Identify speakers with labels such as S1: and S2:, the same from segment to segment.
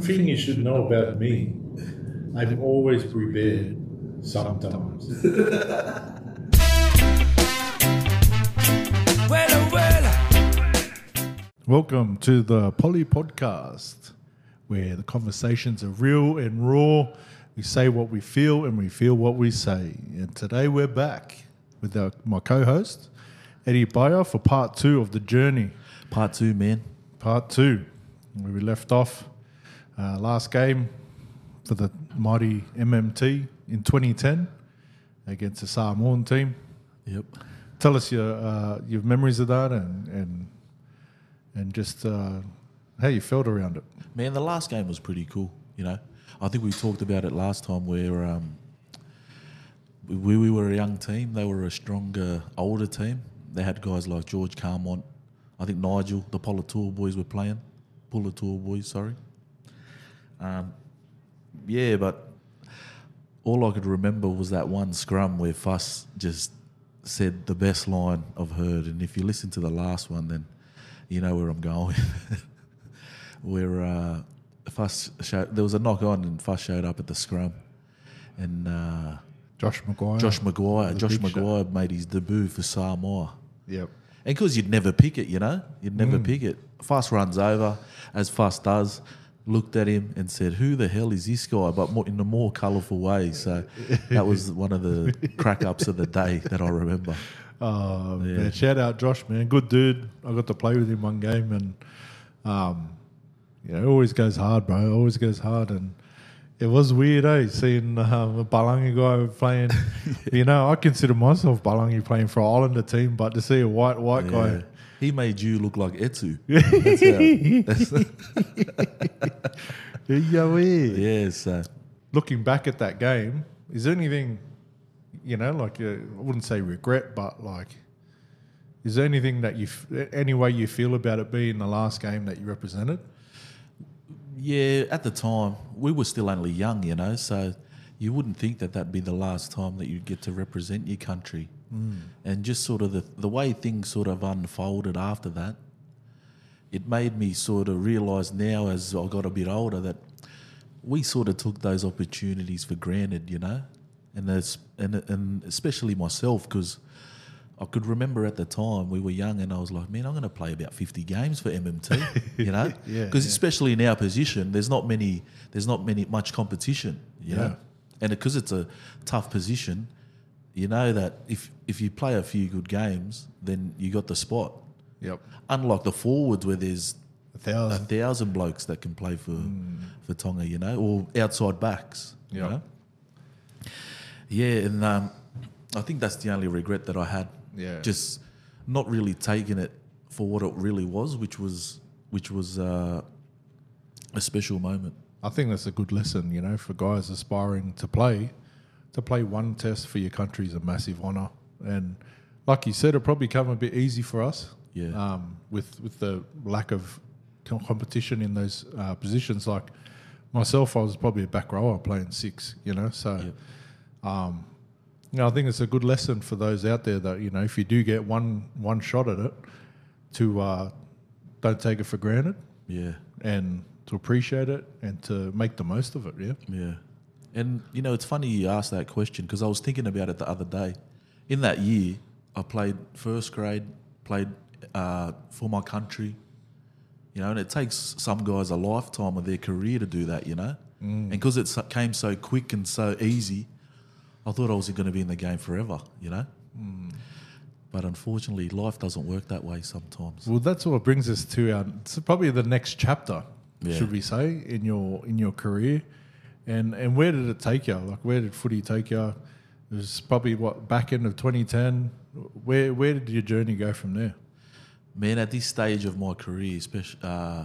S1: thing you should know about me, I'm always prepared sometimes. Welcome to the Polly Podcast, where the conversations are real and raw. We say what we feel and we feel what we say. And today we're back with our, my co host, Eddie Bayer, for part two of the journey.
S2: Part two, man.
S1: part two, where we left off uh, last game for the mighty MMT in 2010 against the Samoan team.
S2: Yep.
S1: Tell us your uh, your memories of that and and and just uh, how you felt around it.
S2: Man, the last game was pretty cool, you know. I think we talked about it last time where um, we, we were a young team. They were a stronger, older team. They had guys like George Carmont, I think Nigel, the Politour boys were playing. Politour boys, sorry. Um, yeah, but all I could remember was that one scrum where Fuss just said the best line I've heard. And if you listen to the last one, then you know where I'm going. where uh, Fuss showed, there was a knock on and Fuss showed up at the scrum. And uh,
S1: Josh McGuire.
S2: Josh
S1: Ah,
S2: Maguire,
S1: The
S2: Josh
S1: big shot.
S2: Maguire made his debut for Samoa.
S1: Yep.
S2: And because you'd never pick it, you know? You'd never pick it. Fast runs over, as Fast does, looked at him and said, Who the hell is this guy? But more, in a more colourful way. So that was one of the crack ups of the day that I remember.
S1: Uh, man, shout out Josh, man, good dude. I got to play with him one game, and um, you know, it always goes hard, bro. It always goes hard, and it was weird, eh? Seeing um, a Balangi guy playing. You know, I consider myself Balangi playing for an Islander team, but to see a white white
S2: Yeah.
S1: guy,
S2: He made you look like Etu. That's how, that's,
S1: yeah, we.
S2: yeah, so
S1: Looking back at that game, is there anything, you know, like uh, I wouldn't say regret, but like. Is there anything that you, f- any way you feel about it being the last game that you represented?
S2: Yeah, at the time we were still only young, you know, so you wouldn't think that that'd be the last time that you'd get to represent your country. Mm. And just sort of the the way things sort of unfolded after that, it made me sort of realise now as I got a bit older that we sort of took those opportunities for granted, you know, and that's and and especially myself because. I could remember at the time we were young, and I was like, "Man, I'm going to play about 50 games for MMT," you know, because
S1: Yeah, yeah.
S2: especially in our position, there's not many, there's not many much competition, you know, and because it's a tough position, you know that if if you play a few good games, then you got the spot.
S1: Yep.
S2: Unlike the forwards, where there's
S1: A
S2: a
S1: thousand.
S2: thousand blokes that can play for for Tonga, you know, or outside backs. you
S1: Mm. Yeah.
S2: know? Yeah, and um, I think that's the only regret that I had.
S1: Yeah.
S2: Just not really taking it for what it really was, which was which was uh, a special moment.
S1: I think that's a good lesson, you know, for guys aspiring to play. To play one test for your country is a massive honour, and like you said, it probably come a bit easy for us,
S2: Yeah.
S1: um, with with the lack of com- competition in those uh, positions. Like myself, I was probably a back rower playing six, you know, so. Um, you know, I think it's a good lesson for those out there that you know if you do get one one shot at it, to uh, don't take it for granted
S2: Yeah.
S1: and to appreciate it and to make the most of it. Yeah.
S2: Yeah. And, you know, it's funny you asked that question because I was thinking about it the other day. In that year, I played first grade, played uh, for my country, you know, and it takes some guys a lifetime of their career to do that, you know? And because it so- came so quick and so easy, I thought I was going to be in the game forever, you know? But unfortunately, life doesn't work that way sometimes.
S1: Well, that's what brings us to our. It's probably the next chapter,
S2: Yeah.
S1: should we say, in your in your career, and and where did it take you? Like, where did footy take you? It was probably what back end of 2010. Where where did your journey go from there?
S2: Man, at this stage of my career, especially, uh,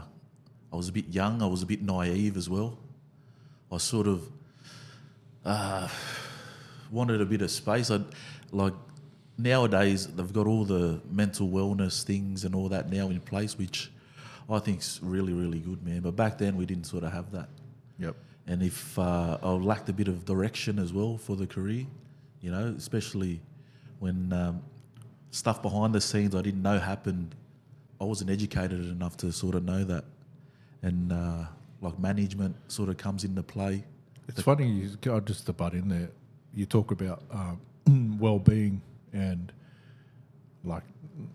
S2: I was a bit young. I was a bit naive as well. I sort of uh, wanted a bit of space. I like nowadays they've got all the mental wellness things and all that now in place, which I think's really, really good, man. But back then we didn't sort of have that.
S1: Yep.
S2: And if uh, I lacked a bit of direction as well for the career, you know, especially when um, stuff behind the scenes I didn't know happened, I wasn't educated enough to sort of know that. And uh, like management sort of comes into play.
S1: It's funny, you, I'll just to butt in there. You talk about um, well being and like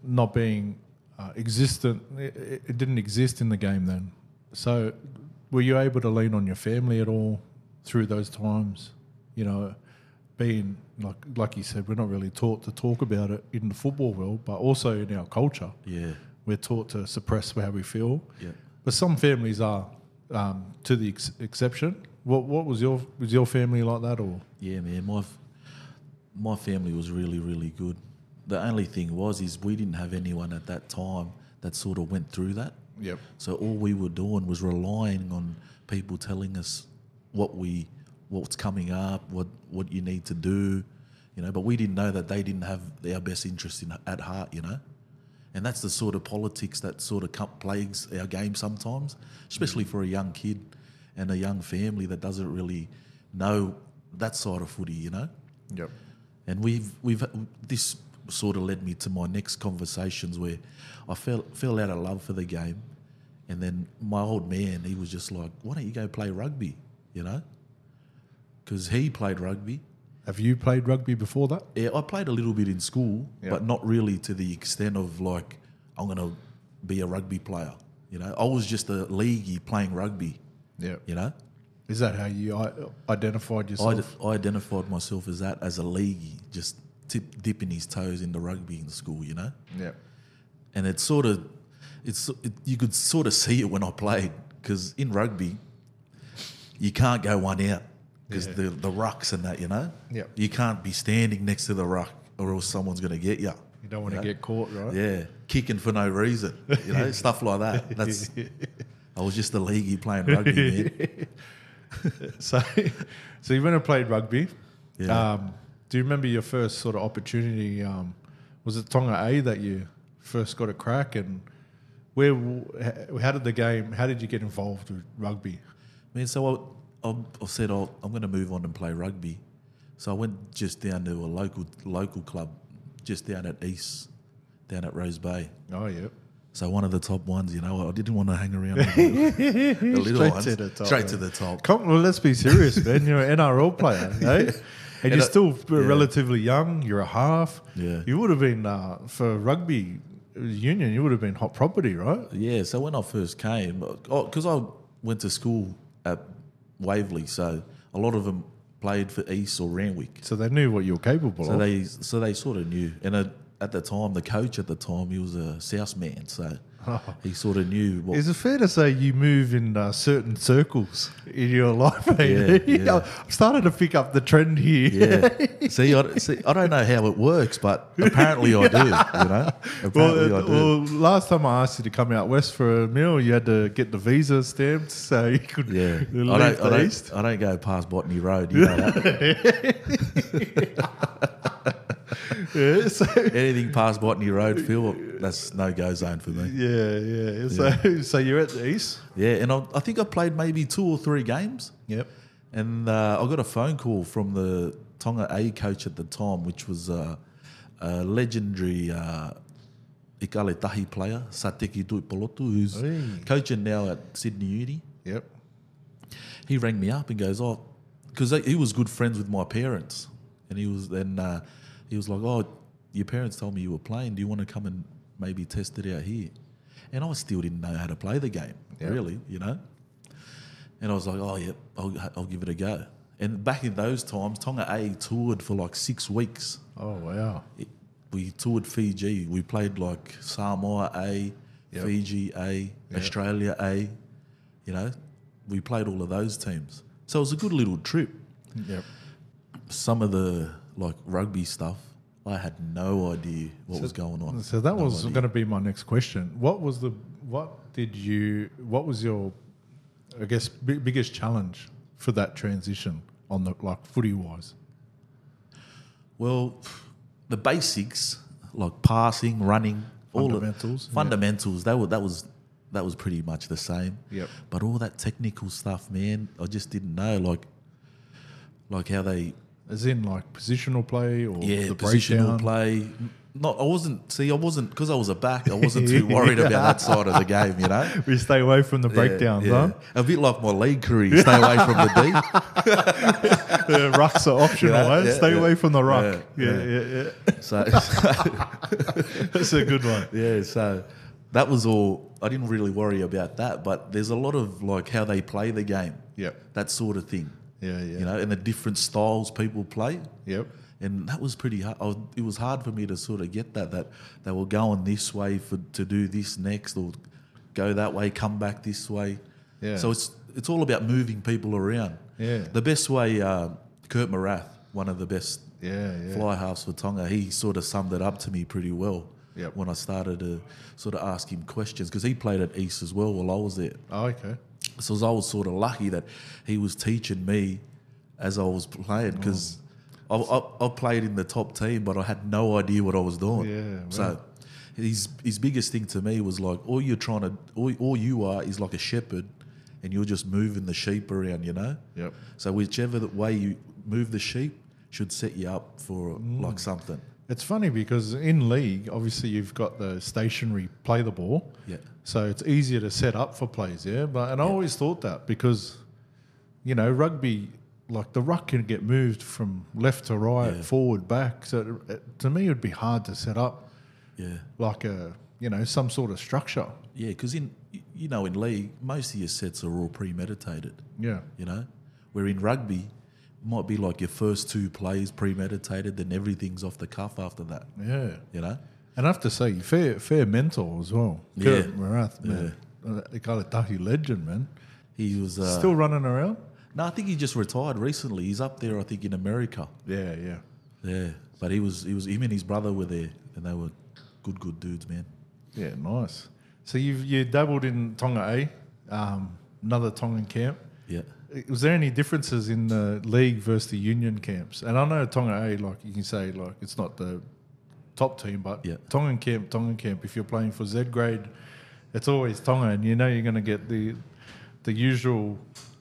S1: not being uh, existent. It, it- it didn't exist in the game then. So, were you able to lean on your family at all through those times? You know, being like like you said, we're not really taught to talk about it in the football world, but also in our culture,
S2: Yeah,
S1: we're taught to suppress how we feel.
S2: yeah.
S1: But some families are, um, to the ex- exception. What what was your was your family like that or?
S2: Yeah, man, my f- my family was really, really good. The only thing was is we didn't have anyone at that time that sort of went through that.
S1: Yep.
S2: So all we were doing was relying on people telling us what we what's coming up, what what you need to do, you know. But we didn't know that they didn't have our best interest in, at heart, you know. And that's the sort of politics that sort of com- plagues our game sometimes, especially for a young kid and a young family that doesn't really know that side of footy, you know.
S1: Yep.
S2: And we've we've this sort of led me to my next conversations where I fell fell out of love for the game, and then my old man he was just like, "Why don't you go play rugby?" You know, because he played rugby.
S1: Have you played rugby before that?
S2: Yeah, I played a little bit in school,
S1: Yeah.
S2: but not really to the extent of like I'm gonna be a rugby player. You know, I was just a leaguey playing rugby.
S1: Yeah.
S2: You know,
S1: Is that how you I- identified
S2: I,
S1: yourself?
S2: d- I identified myself as that as a leaguey, just tip, dipping his toes into rugby in school. You know.
S1: yeah.
S2: and it's sort of it's it, you could sort of see it when I played because in rugby you can't go one out because
S1: Yeah.
S2: the the rucks and that you know
S1: Yep.
S2: you can't be standing next to the ruck or else someone's gonna get you.
S1: You don't want to
S2: Yeah.
S1: get caught, right?
S2: Yeah, kicking for no reason, you know, stuff like that. That's I was just a leaguey playing rugby, man.
S1: So, so you went and played rugby.
S2: Yeah.
S1: Um, do you remember your first sort of opportunity? Um, was it Tonga A that you first got a crack? And where? w- h- How did the game? How did you get involved with rugby?
S2: Man, so I, I, I said I'll, I'm going to move on and play rugby. So I went just down to a local local club, just down at East, down at Rose Bay.
S1: Oh yeah.
S2: So one of the top ones, you know. I didn't want to hang around with the, the little ones. Straight to the top.
S1: Come, well, let's be serious, man. You're an NRL player, eh? And, you're
S2: I-
S1: still
S2: yeah.
S1: relatively young. You're a half.
S2: Yeah.
S1: You would have been uh, for rugby union. You would have been hot property, right?
S2: Yeah. So when I first came, because I went to school at Waverley, so a lot of them played for East or Ranwick.
S1: So they knew what you were capable
S2: So
S1: of.
S2: they so they sort of knew. And at, at the time, the coach at the time, he was a South man, so he sort of knew what
S1: Is it fair to say you move in uh, certain circles in your life? eh?
S2: Yeah, yeah.
S1: I'm starting to pick up the trend here.
S2: Yeah. see, I, see, I don't know how it works, but apparently I do. You know, apparently
S1: Well,
S2: I
S1: uh,
S2: do.
S1: well, last time I asked you to come out west for a meal, you had to get the visa stamped so you could
S2: yeah,
S1: leave
S2: I don't, I
S1: the
S2: don't,
S1: east.
S2: I don't go past Botany Road. You know that.
S1: Yeah, so,
S2: Anything past Botany Road, Phil, that's no go zone for me.
S1: yeah, yeah. So, so you're at the east.
S2: Yeah, and I, I think I played maybe two or three games,
S1: Yep.
S2: and uh, I got a phone call from the Tonga A coach at the time, which was uh, a legendary uh, Ikale Tahi player, Sateki Tuipolotu, who's
S1: Hey.
S2: coaching now at Sydney Uni.
S1: Yep.
S2: he rang me up and goes, "Oh, because he was good friends with my parents, and he was then uh, he was like, oh, your parents told me you were playing. Do you want to come and maybe test it out here?" And I still didn't know how to play the game,
S1: Yeah.
S2: really, you know. And I was like, "Oh yeah, I'll, I'll give it a go." And back in those times, Tonga A toured for like six weeks.
S1: Oh wow.
S2: It- we toured Fiji. We played like Samoa A,
S1: Yep.
S2: Fiji A, Australia A. You know, we played all of those teams. So it was a good little trip.
S1: Yep.
S2: Some of the like rugby stuff, I had no idea what was going on.
S1: So that
S2: No
S1: was
S2: idea.
S1: going to be my next question. What was the what did you what was your I guess big, biggest challenge for that transition on the like footy wise?
S2: Well, the basics like passing, running, all of-
S1: Fundamentals, yeah.
S2: fundamentals. That was that was that was pretty much the same.
S1: Yep.
S2: But all that technical stuff, man, I just didn't know. Like, like how they
S1: As in like positional play or
S2: yeah
S1: the
S2: positional
S1: breakdown?
S2: play, m- Not, I wasn't. See, I wasn't because I was a back. I wasn't too worried about that side of the game, you know.
S1: We stay away from the breakdowns,
S2: yeah. A bit like my league career, stay away from the deep.
S1: huh? the rucks are optional,
S2: Yeah,
S1: eh?
S2: yeah,
S1: Stay
S2: yeah.
S1: away from the ruck.
S2: Yeah,
S1: Yeah, yeah, yeah.
S2: So,
S1: That's a good one.
S2: yeah, so that was all. I didn't really worry about that, but there's a lot of like how they play the game,
S1: Yep.
S2: that sort of thing,
S1: Yeah, yeah.
S2: you know, and the different styles people play.
S1: Yep.
S2: And that was pretty hard. I was, it was hard for me to sort of get that that they were going this way for to do this next, or go that way, come back this way.
S1: Yeah.
S2: So it's it's all about moving people around.
S1: Yeah.
S2: The best way, uh, Kurt Morath, one of the best
S1: Yeah, yeah.
S2: fly halves for Tonga, he sort of summed it up to me pretty well
S1: Yep.
S2: when I started to sort of ask him questions because he played at East as well while I was there.
S1: Oh, okay.
S2: So I was sort of lucky that he was teaching me as I was playing because I, I, I played in the top team, but I had no idea what I was doing.
S1: Yeah,
S2: So his his biggest thing to me was like, all you're trying to, all, all you are is like a shepherd, and you're just moving the sheep around, you know.
S1: Yep.
S2: So whichever that way you move the sheep should set you up for
S1: Mm.
S2: like something.
S1: It's funny because in league, obviously, you've got the stationary play the ball.
S2: Yeah.
S1: So it's easier to set up for plays, yeah. But and I always thought that because, you know, rugby, like the ruck can get moved from left to right,
S2: Yeah.
S1: forward, back. So it, to me, it would be hard to set up
S2: Yeah.
S1: like a you know some sort of structure.
S2: Yeah, because in you know in league most of your sets are all premeditated.
S1: Yeah.
S2: You know, where in rugby might be like your first two plays premeditated, then everything's off the cuff after that.
S1: Yeah.
S2: You know,
S1: And I have to say, fair fair mentor as well. Kurt
S2: Yeah.
S1: Marath, man. Uh, The kind of Tahi legend, man.
S2: he was uh,
S1: Still running around?
S2: No, I think he just retired recently. He's up there, I think, in America.
S1: Yeah, yeah.
S2: Yeah, but he was he was him and his brother were there, and they were good good dudes, man.
S1: Yeah, nice. So you've you dabbled in Tonga A, um, another Tongan camp.
S2: Yeah.
S1: Was there any differences in the league versus the union camps? And I know Tonga A, like you can say, like it's not the top team, but
S2: Yeah.
S1: Tongan camp, Tongan camp. If you're playing for Z grade, it's always Tonga, and you know you're going to get the the usual,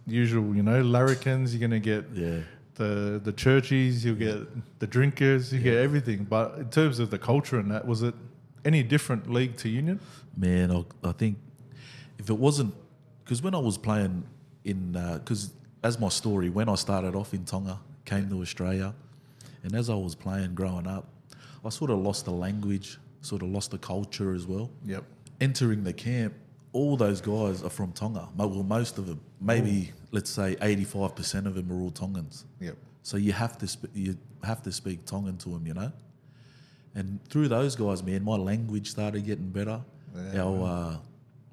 S1: usual, you know, larrikins. You're going to get
S2: Yeah.
S1: the the churches, you get the drinkers, you get everything. But in terms of the culture and that, was it any different league to union?
S2: Man, I, I think if it wasn't because when I was playing in because as my story, when I started off in Tonga, came to Australia, and as I was playing growing up, I sort of lost the language, sort of lost the culture as well.
S1: Yep.
S2: Entering the camp, all those guys are from Tonga. Mo- Well, most of them, maybe let's say eighty-five percent of them are all Tongans.
S1: Yep.
S2: So you have to sp- you have to speak Tongan to them, you know. And through those guys, man, my language started getting better.
S1: Yeah,
S2: Our uh,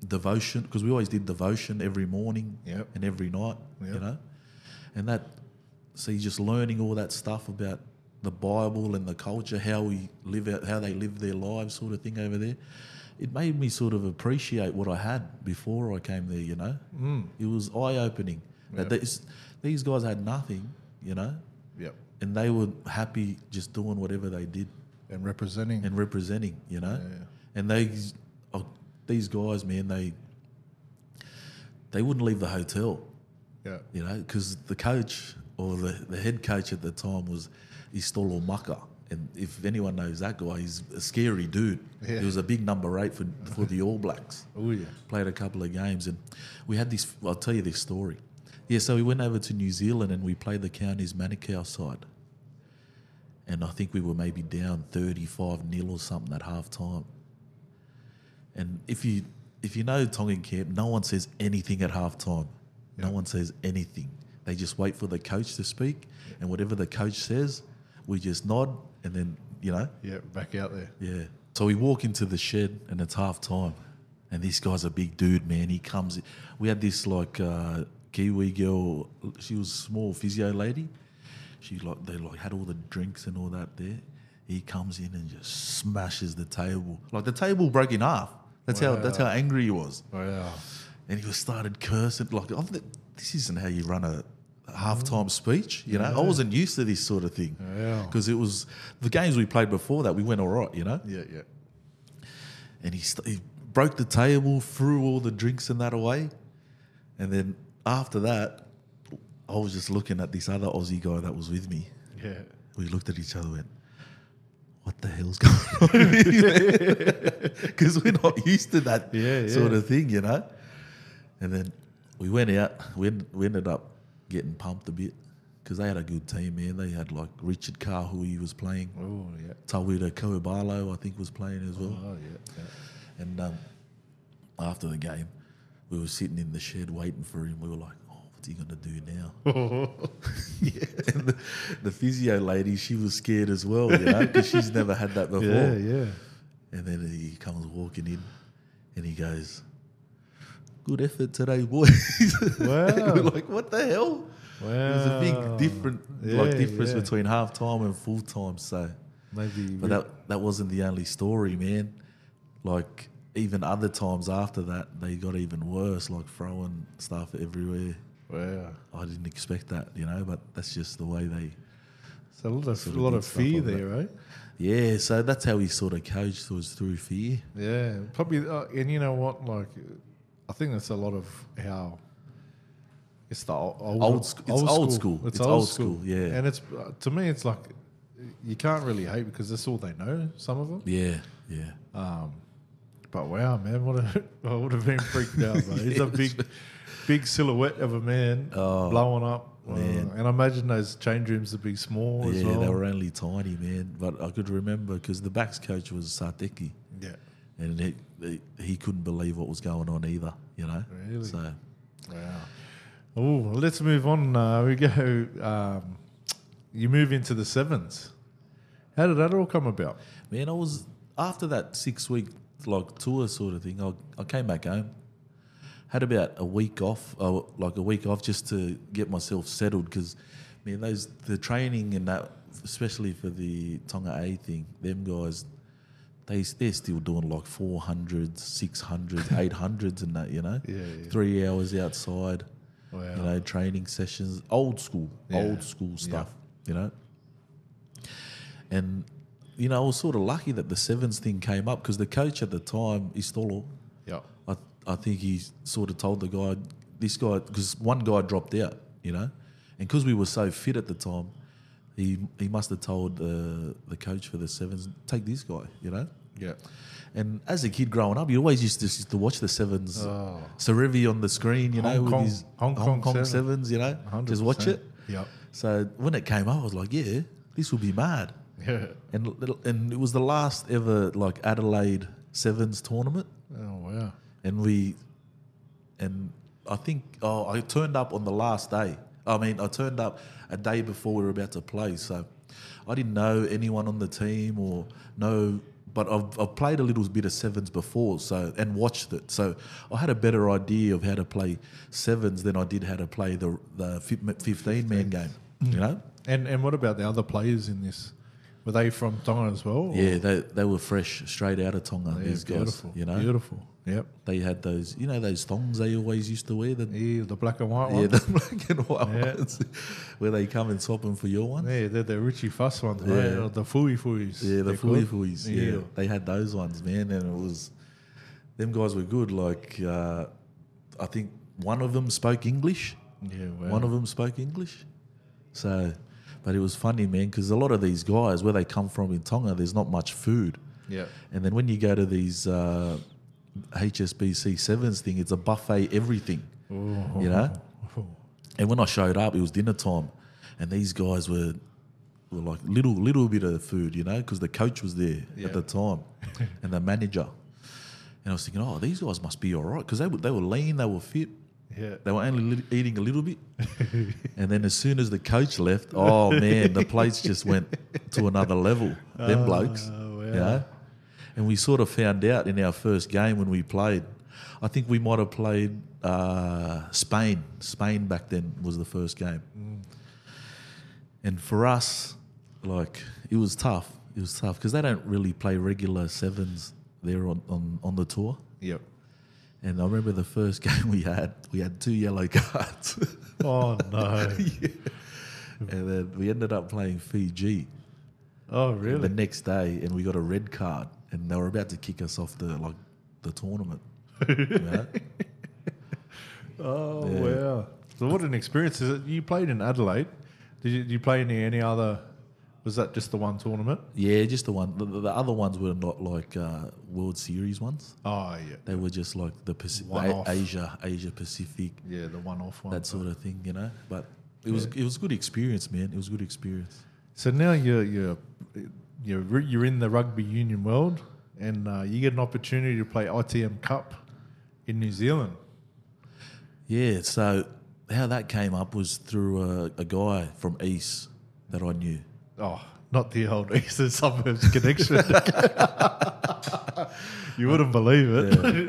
S2: devotion, because we always did devotion every morning
S1: Yep.
S2: and every night,
S1: Yep.
S2: you know. And that, so you're just learning all that stuff about the Bible and the culture, how we live out, how they live their lives, sort of thing over there. It made me sort of appreciate what I had before I came there, you know. Mm. It was eye opening that these, these guys had nothing, you know,
S1: Yep.
S2: and they were happy just doing whatever they did
S1: And representing.
S2: and representing, you know. And these oh, these guys, man, they they wouldn't leave the hotel,
S1: yeah.
S2: you know, because the coach or the, the head coach at the time was Istolo Maka. And if anyone knows that guy, he's a scary dude.
S1: Yeah.
S2: He was a big number eight for, for the All Blacks
S1: Oh yeah.
S2: played a couple of games, and we had this. I'll tell you this story. Yeah, so we went over to New Zealand and we played the county's Manukau side, and I think we were maybe down thirty-five 0 or something at half time. And if you if you know Tongan camp, no one says anything at half time. No one says anything. They just wait for the coach to speak, and whatever the coach says, we just nod, and then you know
S1: Yeah. Back out there.
S2: yeah. So we walk into the shed and it's half time. And this guy's a big dude, man. He comes. We had this like uh, Kiwi girl. She was a small physio lady. She like they like had all the drinks and all that there. He comes in and just smashes the table. Like the table broke in half. That's how that's how angry he was.
S1: Wow.
S2: And he was started cursing like, "Oh, th- "This isn't how you run a halftime speech." You know, I wasn't used to this sort of thing
S1: Yeah.
S2: because it was the games we played before that we went all right. You know,
S1: Yeah. Yeah.
S2: and he, st- he broke the table, threw all the drinks and that away. And then after that, I was just looking at this other Aussie guy that was with me.
S1: Yeah.
S2: We looked at each other and went, what the hell's going on? Because we're not used to that
S1: Yeah,
S2: sort
S1: yeah.
S2: of thing, you know. And then we went out. We, en- we ended up getting pumped a bit because they had a good team, man. They had like Richard Carr, who he was playing.
S1: Oh yeah.
S2: Tawira Koibalo, I think, was playing as well.
S1: Oh yeah. yeah.
S2: And um, after the game, we were sitting in the shed waiting for him. We were like, oh, what's he going to do now? yeah. And the, the physio lady, she was scared as well, you know, because she's never had that before.
S1: Yeah, yeah.
S2: And then he comes walking in and he goes, Good effort today, boys.
S1: Wow.
S2: We're like, What the hell?
S1: Wow.
S2: There's a big different
S1: Yeah,
S2: like difference
S1: yeah.
S2: between half time and full time. So
S1: Maybe.
S2: but that that wasn't the only story, man. Like even other times after that, they got even worse, like throwing stuff everywhere.
S1: wow.
S2: I didn't expect that, you know, but that's just the way they
S1: So a lot of,
S2: Sort
S1: a
S2: of
S1: lot
S2: good
S1: of
S2: stuff
S1: fear
S2: like that.
S1: there, eh? right?
S2: Yeah, so that's how he sort of coached was through fear.
S1: Yeah, probably. Uh, and you know what? Like, I think that's a lot of how it's the old, old,
S2: Old sc- it's old school. It's old school, yeah.
S1: and it's uh, to me, it's like you can't really hate because that's all they know. Some of them. Um,
S2: Yeah, yeah.
S1: But wow, man, what a I would have been freaked out. Bro. He's a big, big silhouette of a man blowing up. Uh,
S2: Oh, man.
S1: and I imagine those change rooms would be small as
S2: yeah,
S1: well.
S2: they were only tiny, man. But I could remember because the backs coach was Sarteki,
S1: yeah,
S2: and he, he he couldn't believe what was going on either. You know,
S1: Really?
S2: So
S1: Wow. Oh, let's move on. Uh, we go. Um, you move into the sevens. How did that all come about?
S2: man, I was after that six week like tour sort of thing. I I came back home, had about a week off, uh, like a week off, just to get myself settled because, man, those the training and that, especially for the Tonga A thing, them guys. They, they're still doing like 400s, 600s, 800s and that, you know?
S1: Yeah, yeah.
S2: Three hours outside,
S1: Wow.
S2: you know, training sessions, old school,
S1: Yeah.
S2: old school stuff, you know? And, you know, I was sort of lucky that the sevens thing came up because the coach at the time, Istolo,
S1: Yeah.
S2: I, I think he sort of told the guy, this guy, because one guy dropped out, you know, and because we were so fit at the time, he he must have told the the coach for the sevens, take this guy, you know.
S1: Yeah.
S2: And as a kid growing up, you always used to, used to watch the sevens,
S1: Oh.
S2: Sarevi on the screen, you know,
S1: Hong
S2: with
S1: Kong-
S2: his
S1: Hong Kong seven.
S2: sevens, you know,
S1: 100%.
S2: just watch it.
S1: Yeah.
S2: So when it came out, I was like, yeah, this will be mad.
S1: Yeah.
S2: And little- and it was the last ever like Adelaide sevens tournament
S1: Oh wow.
S2: and we and I think oh I turned up on the last day. I mean I turned up a day before we were about to play, so I didn't know anyone on the team or know. But I've, I've played a little bit of sevens before, so and watched it, so I had a better idea of how to play sevens than I did how to play the the fif- fifteen man game. You know,
S1: And and what about the other players in this? Were they from Tonga as well? or-
S2: yeah, they they were fresh, straight out of Tonga.
S1: Yeah,
S2: these guys,
S1: beautiful.
S2: you know,
S1: Beautiful. Yep.
S2: they had those, you know, those thongs they always used to wear, the
S1: Yeah, the black and white
S2: Yeah,
S1: ones.
S2: the black and white
S1: Yeah.
S2: ones where they come and swap them for your one.
S1: Yeah, they're the Richie Fuss ones, yeah.
S2: Yeah.
S1: The Fui Fuis.
S2: Yeah, the
S1: they're called.
S2: fooey fooeys. Yeah. they had those ones, man, and it was them guys were good. Like uh, I think one of them spoke English.
S1: Yeah, wow.
S2: One of them spoke English. So, but it was funny, man, because a lot of these guys where they come from in Tonga, there's not much food.
S1: Yeah.
S2: And then when you go to these uh, HSBC sevens thing, it's a buffet everything.
S1: Oh,
S2: You know. And when I showed up, it was dinner time, and these guys were were like little little bit of food, you know, because the coach was there
S1: Yeah.
S2: at the time, and the manager. And I was thinking, oh, these guys must be all right because they were they were lean, they were fit,
S1: Yeah.
S2: they were only lit eating a little bit. and then as soon as the coach left, oh man, the place just went to another level. Them blokes,
S1: wow.
S2: you know. And we sort of found out in our first game when we played. I think we might have played uh, Spain. Spain back then was the first game. And for us, like it was tough. It was tough because they don't really play regular sevens there on, on, on the tour.
S1: Yep.
S2: And I remember the first game we had, we had two yellow cards.
S1: Oh no.
S2: and then we ended up playing Fiji
S1: Oh
S2: the
S1: really?
S2: next day and we got a red card and they were about to kick us off the like the tournament. you know?
S1: Oh wow! So what an experience! Is it you played in Adelaide? Did you, did you play any any other Was that just the one tournament?
S2: Yeah, just the one. The, the the other ones were not like uh, World Series ones.
S1: Oh yeah,
S2: They were just like the, Paci- the
S1: One-off.
S2: A- Asia, Asia Pacific,
S1: yeah, the one-off one.
S2: that sort of thing, you know. But it was it was a good experience, man. It was a good experience.
S1: So now you're you're you're re- you're in the rugby union world, and uh, you get an opportunity to play ITM Cup in New Zealand.
S2: Yeah, so how that came up was through a, a guy from East that I knew.
S1: Oh, not the old Eastern Suburbs connection. you wouldn't believe it.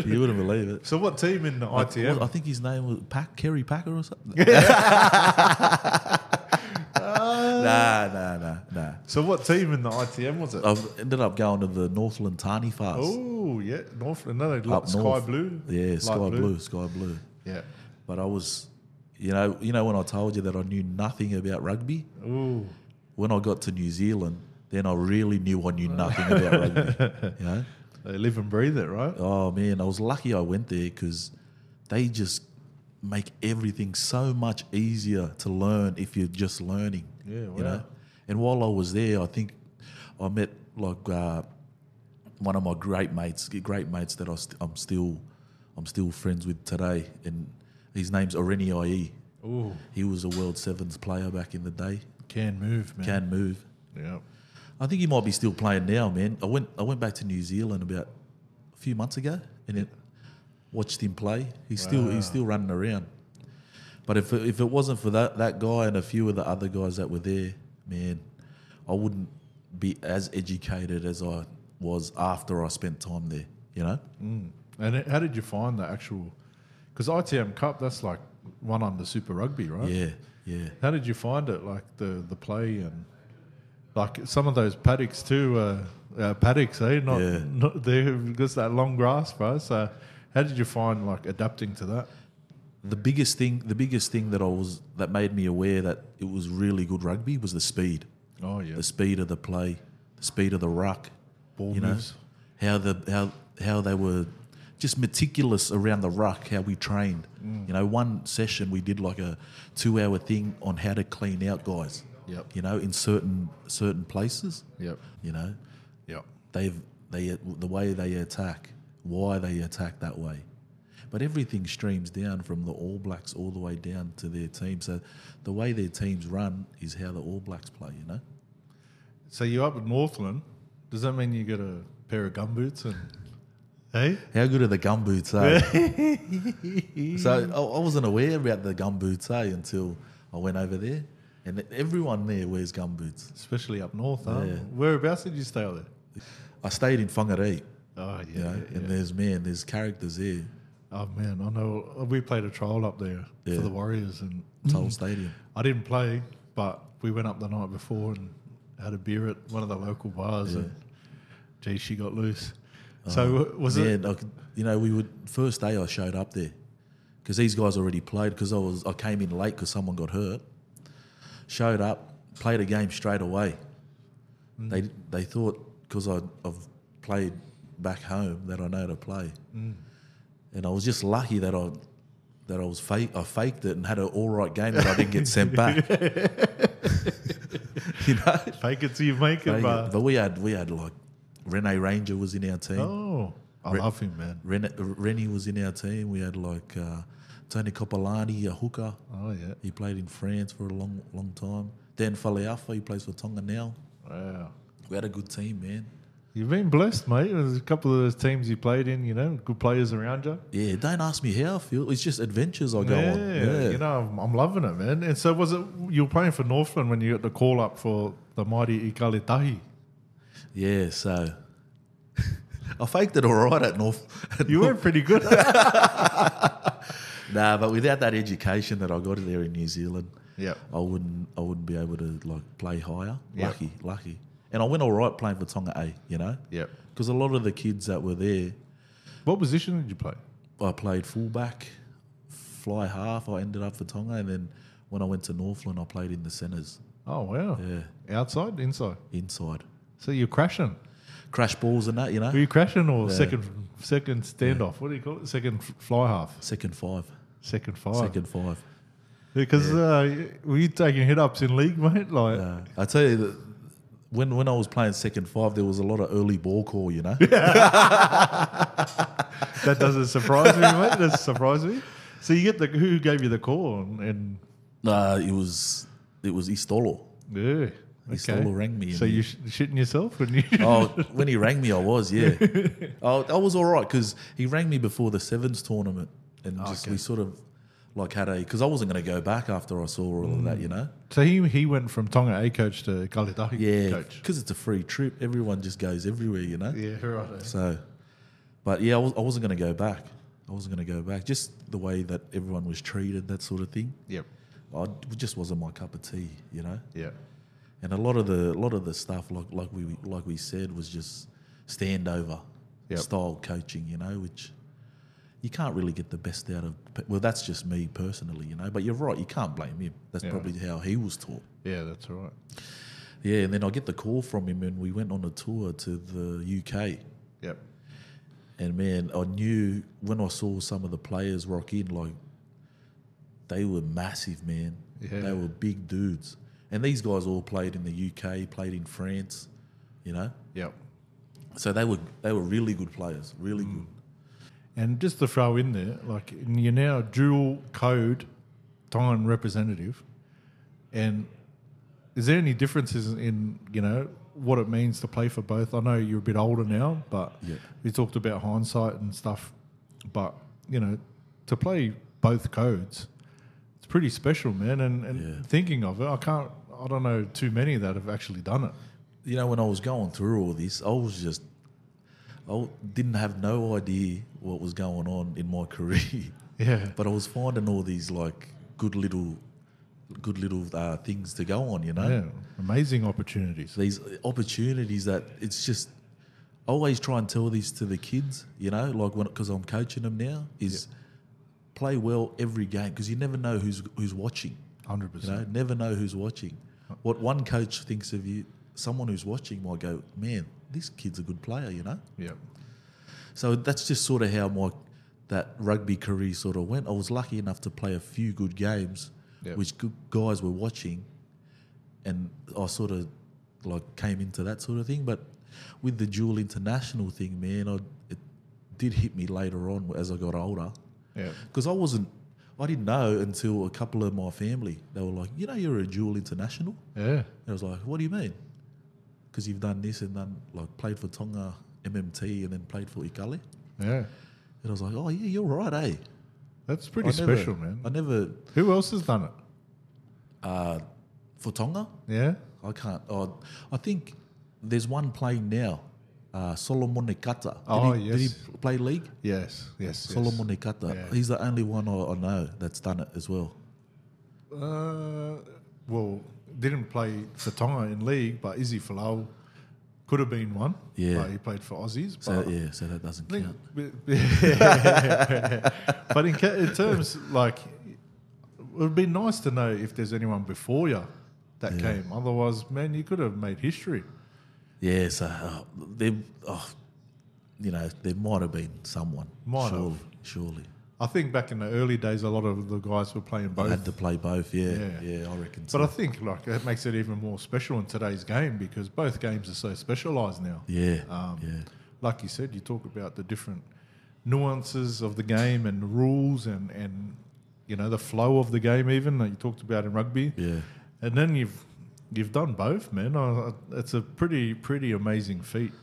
S2: Yeah, you wouldn't believe it.
S1: So what team in the
S2: I, was- I
S1: ITM?
S2: think his name was Pack, Kerry Packer or something. nah, nah, nah, nah.
S1: So what team in the ITM was it?
S2: I've ended up going to the Northland Tarni Fast.
S1: Oh yeah, North. No, no,
S2: Up
S1: Sky
S2: north.
S1: Blue.
S2: Yeah,
S1: Light
S2: sky blue. sky blue.
S1: Yeah.
S2: But I was, you know, you know when I told you that I knew nothing about rugby.
S1: Ooh.
S2: When I got to New Zealand, then I really knew I knew nothing about rugby. You know.
S1: They live and breathe it, right?
S2: Oh man, I was lucky I went there because they just make everything so much easier to learn if you're just learning.
S1: Yeah,
S2: you know.
S1: wow.
S2: And while I was there, I think I met like uh, one of my great mates, great mates that I st- I'm still I'm still friends with today, and his name's Oreni Ie.
S1: Ooh.
S2: He was a World Sevens player back in the day.
S1: Can move, man.
S2: Can move.
S1: Yeah.
S2: I think he might be still playing now, man. I went I went back to New Zealand about a few months ago and it watched him play. He's still he's still running around. But if if it wasn't for that that guy and a few of the other guys that were there, man, I wouldn't be as educated as I was after I spent time there. You know,
S1: And it, how did you find the actual? Because ITM Cup, that's like one under Super Rugby, right?
S2: yeah, yeah.
S1: How did you find it? Like the the play and like some of those paddocks too. Uh, uh, paddocks, eh? Not,
S2: Yeah.
S1: not there because that long grass, bro. So how did you find like adapting to that?
S2: The biggest thing, the biggest thing that I was that made me aware that it was really good rugby was the speed.
S1: Oh yeah,
S2: the speed of the play, the speed of the ruck,
S1: Ball
S2: you know,
S1: moves.
S2: how the how how they were just meticulous around the ruck, how we trained.
S1: Mm.
S2: You know, one session we did like a two hour thing on how to clean out guys.
S1: Yep.
S2: You know, in certain certain places.
S1: yep,
S2: You know,
S1: yep.
S2: they've they the way they attack, why they attack that way. But everything streams down from the All Blacks all the way down to their team. So the way their teams run is how the All Blacks play, you know?
S1: So you're up in Northland. Does that mean you get a pair of gumboots and? Hey,
S2: How good are the gum boots, eh? so I, I wasn't aware about the gum boots, eh, until I went over there. And everyone there wears gum boots.
S1: especially up north. Huh?
S2: Yeah.
S1: Whereabouts did you stay out there?
S2: I stayed in Whangarei,
S1: Oh yeah,
S2: you know,
S1: yeah,
S2: and there's, man, there's characters there,
S1: Oh man, I know we played a trial up there
S2: Yeah.
S1: for the Warriors, and
S2: Toll Stadium.
S1: I didn't play, but we went up the night before and had a beer at one of the local bars, and gee, she got loose. So w- was it?
S2: man, I could, you know, we would, first day I showed up there because these guys already played because I, was I came in late because someone got hurt. Showed up, played a game straight away.
S1: Mm.
S2: They, they thought because I've played back home that I know to play.
S1: Mm.
S2: and I was just lucky that I that I was fake. I faked it and had an all right game that I didn't get sent back. you know,
S1: Fake it till you make it,
S2: but,
S1: but
S2: we had we had like Rene Ranger was in our team.
S1: oh, I love him, man.
S2: Rene, Rennie was in our team. We had like uh, Tony Kopalani, a hooker.
S1: Oh yeah,
S2: He played in France for a long long time. Dan Faleafa, he plays for Tonga now.
S1: wow.
S2: We had a good team, man.
S1: You've been blessed, mate. There's a couple of those teams you played in, you know, good players around you.
S2: Yeah, don't ask me how I feel. It's just adventures I go on. Yeah.
S1: you know, I'm, I'm loving it, man. And so, was it you were playing for Northland when you got the call up for the mighty Ikalitahi?
S2: Yeah, so I faked it all right at North. At
S1: You were pretty good.
S2: Nah, but without that education that I got there in New Zealand,
S1: yeah,
S2: I wouldn't I wouldn't be able to like play higher.
S1: Yeah.
S2: Lucky, lucky. And I went all right playing for Tonga A, you know?
S1: yeah.
S2: Because a lot of the kids that were there,
S1: What position did you play?
S2: I played fullback, fly half, I ended up for Tonga and then when I went to Northland I played in the centres.
S1: Oh wow,
S2: Yeah.
S1: outside, inside.
S2: Inside.
S1: So you're crashing.
S2: Crash balls and that, you know?
S1: Were you crashing or second second standoff? What do you call it? Second f- fly half,
S2: Second five.
S1: second five.
S2: Second five.
S1: Because uh, were you taking hit ups in league, mate? Like
S2: Uh, I tell you, the, when when I was playing second five, there was a lot of early ball call. You know,
S1: That doesn't surprise me, mate. It doesn't surprise me. So you get the who gave you the call and, and
S2: uh, it was it was Istolo.
S1: yeah.
S2: He still rang me and
S1: So
S2: he-
S1: you sh- shitting yourself and you
S2: Oh, when he rang me, I was yeah. I, I was all right because he rang me before the sevens tournament, and just,
S1: Ah, Okay.
S2: we sort of like had a because I wasn't going to go back after I saw all of
S1: Mm.
S2: that. You know,
S1: So he he went from Tonga A coach to Kalitahi
S2: yeah,
S1: coach.
S2: because it's a free trip. Everyone just goes everywhere. You know,
S1: Yeah, right.
S2: So, but yeah, I, was, I wasn't going to go back. I wasn't going to go back. Just the way that everyone was treated, that sort of thing.
S1: Yep.
S2: I it just wasn't my cup of tea, you know.
S1: Yeah.
S2: And a lot of the a lot of the stuff, like like we like we said, was just standover
S1: Yep.
S2: style coaching, you know, which you can't really get the best out of. pe- Well, that's just me personally, you know. But you're right; you can't blame him. That's
S1: Yeah.
S2: probably how he was taught.
S1: Yeah, that's all right.
S2: Yeah, and then I get the call from him, and we went on a tour to the UK.
S1: Yep.
S2: And man, I knew when I saw some of the players rock in, like they were massive, man.
S1: Yeah.
S2: They were big dudes. And these guys all played in the UK, played in France, you know.
S1: Yep.
S2: So they were they were really good players, really good.
S1: And just to throw in there, like you're now dual code Tongan representative, and is there any differences in you know what it means to play for both? I know you're a bit older now, but
S2: Yeah.
S1: we talked about hindsight and stuff, but you know to play both codes, it's pretty special, man. And, and
S2: Yeah.
S1: thinking of it, I can't. I don't know too many that have actually done it.
S2: You know, when I was going through all this, I was just I w- didn't have no idea what was going on in my career.
S1: Yeah,
S2: but I was finding all these like good little good little uh, things to go on, you know.
S1: yeah, amazing opportunities.
S2: these opportunities that it's just I always try and tell this to the kids you know like when because i'm coaching them now is play well every game because you never know who's who's watching
S1: Hundred
S2: you know
S1: percent.
S2: never know who's watching what one coach thinks of you someone who's watching might go man this kid's a good player you know
S1: Yeah,
S2: so that's just sort of how my that rugby career sort of went. I was lucky enough to play a few good games,
S1: Yep.
S2: which good guys were watching, and I sort of like came into that sort of thing. But with the dual international thing, man, I, it did hit me later on as I got older
S1: yeah,
S2: because I wasn't. I didn't know until a couple of my family. They were like, "You know, you're a dual international."
S1: yeah.
S2: And I was like, "What do you mean?" Because you've done this and done like played for Tonga MMT and then played for Ikale.
S1: Yeah,
S2: And I was like, oh, yeah, you're right, eh?
S1: that's pretty
S2: I never-
S1: special, man.
S2: I never,
S1: Who else has done it?
S2: uh, for Tonga,
S1: Yeah,
S2: I can't. Oh, I think there's one playing now, uh, Solomon Nikata. Did
S1: Oh,
S2: he, Did
S1: yes.
S2: he play league?
S1: yes, yes. yes.
S2: Solomon Nikata.
S1: Yeah.
S2: He's the only one I, I know that's done it as well.
S1: Uh, well, didn't play for Tonga in league, but Izzy Falau could have been one.
S2: Yeah.
S1: but he played for Aussies.
S2: So,
S1: But
S2: yeah, so that doesn't
S1: I think,
S2: count.
S1: but in, ca- in terms like, it would be nice to know if there's anyone before you that came. Otherwise, man, you could have made history.
S2: Yeah, so uh, there, oh, you know, there might have been someone.
S1: Might have.
S2: surely, surely.
S1: I think back in the early days, a lot of the guys were playing
S2: I
S1: both.
S2: had to play both, yeah.
S1: Yeah.
S2: Yeah, I reckon so.
S1: But I think like that makes it even more special in today's game because both games are so specialised now.
S2: yeah,
S1: Um,
S2: yeah.
S1: Like you said, you talk about the different nuances of the game and the rules and and you know the flow of the game even that you talked about in rugby.
S2: Yeah.
S1: And then you've you've done both, man. I, I, it's a pretty pretty amazing feat.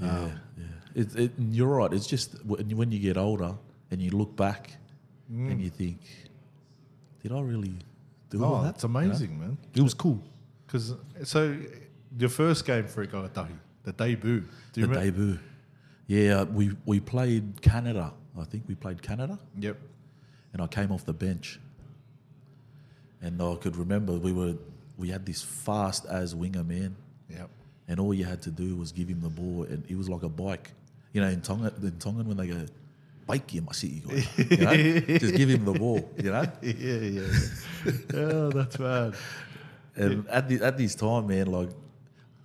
S2: Yeah, yeah. It, Um, it, and you're right. It's just when you- when you get older and you look back and you think, did I really do all
S1: Mm. oh,
S2: that?
S1: that's amazing, man.
S2: It was cool.
S1: Because so your first game for Igalatahi, the debut. Do you
S2: the
S1: remember?
S2: debut. Yeah, uh, we, we played Canada. I think we played Canada,
S1: Yep.
S2: and I came off the bench. And I could remember we were we had this fast as winger man,
S1: Yep.
S2: and all you had to do was give him the ball, and it was like a bike. You know, in Tonga, in Tongan when they go, bike him, I see you. guy," you know? Just give him the ball. You know.
S1: Yeah, yeah. yeah. oh, that's bad.
S2: And at the, at this time, man, like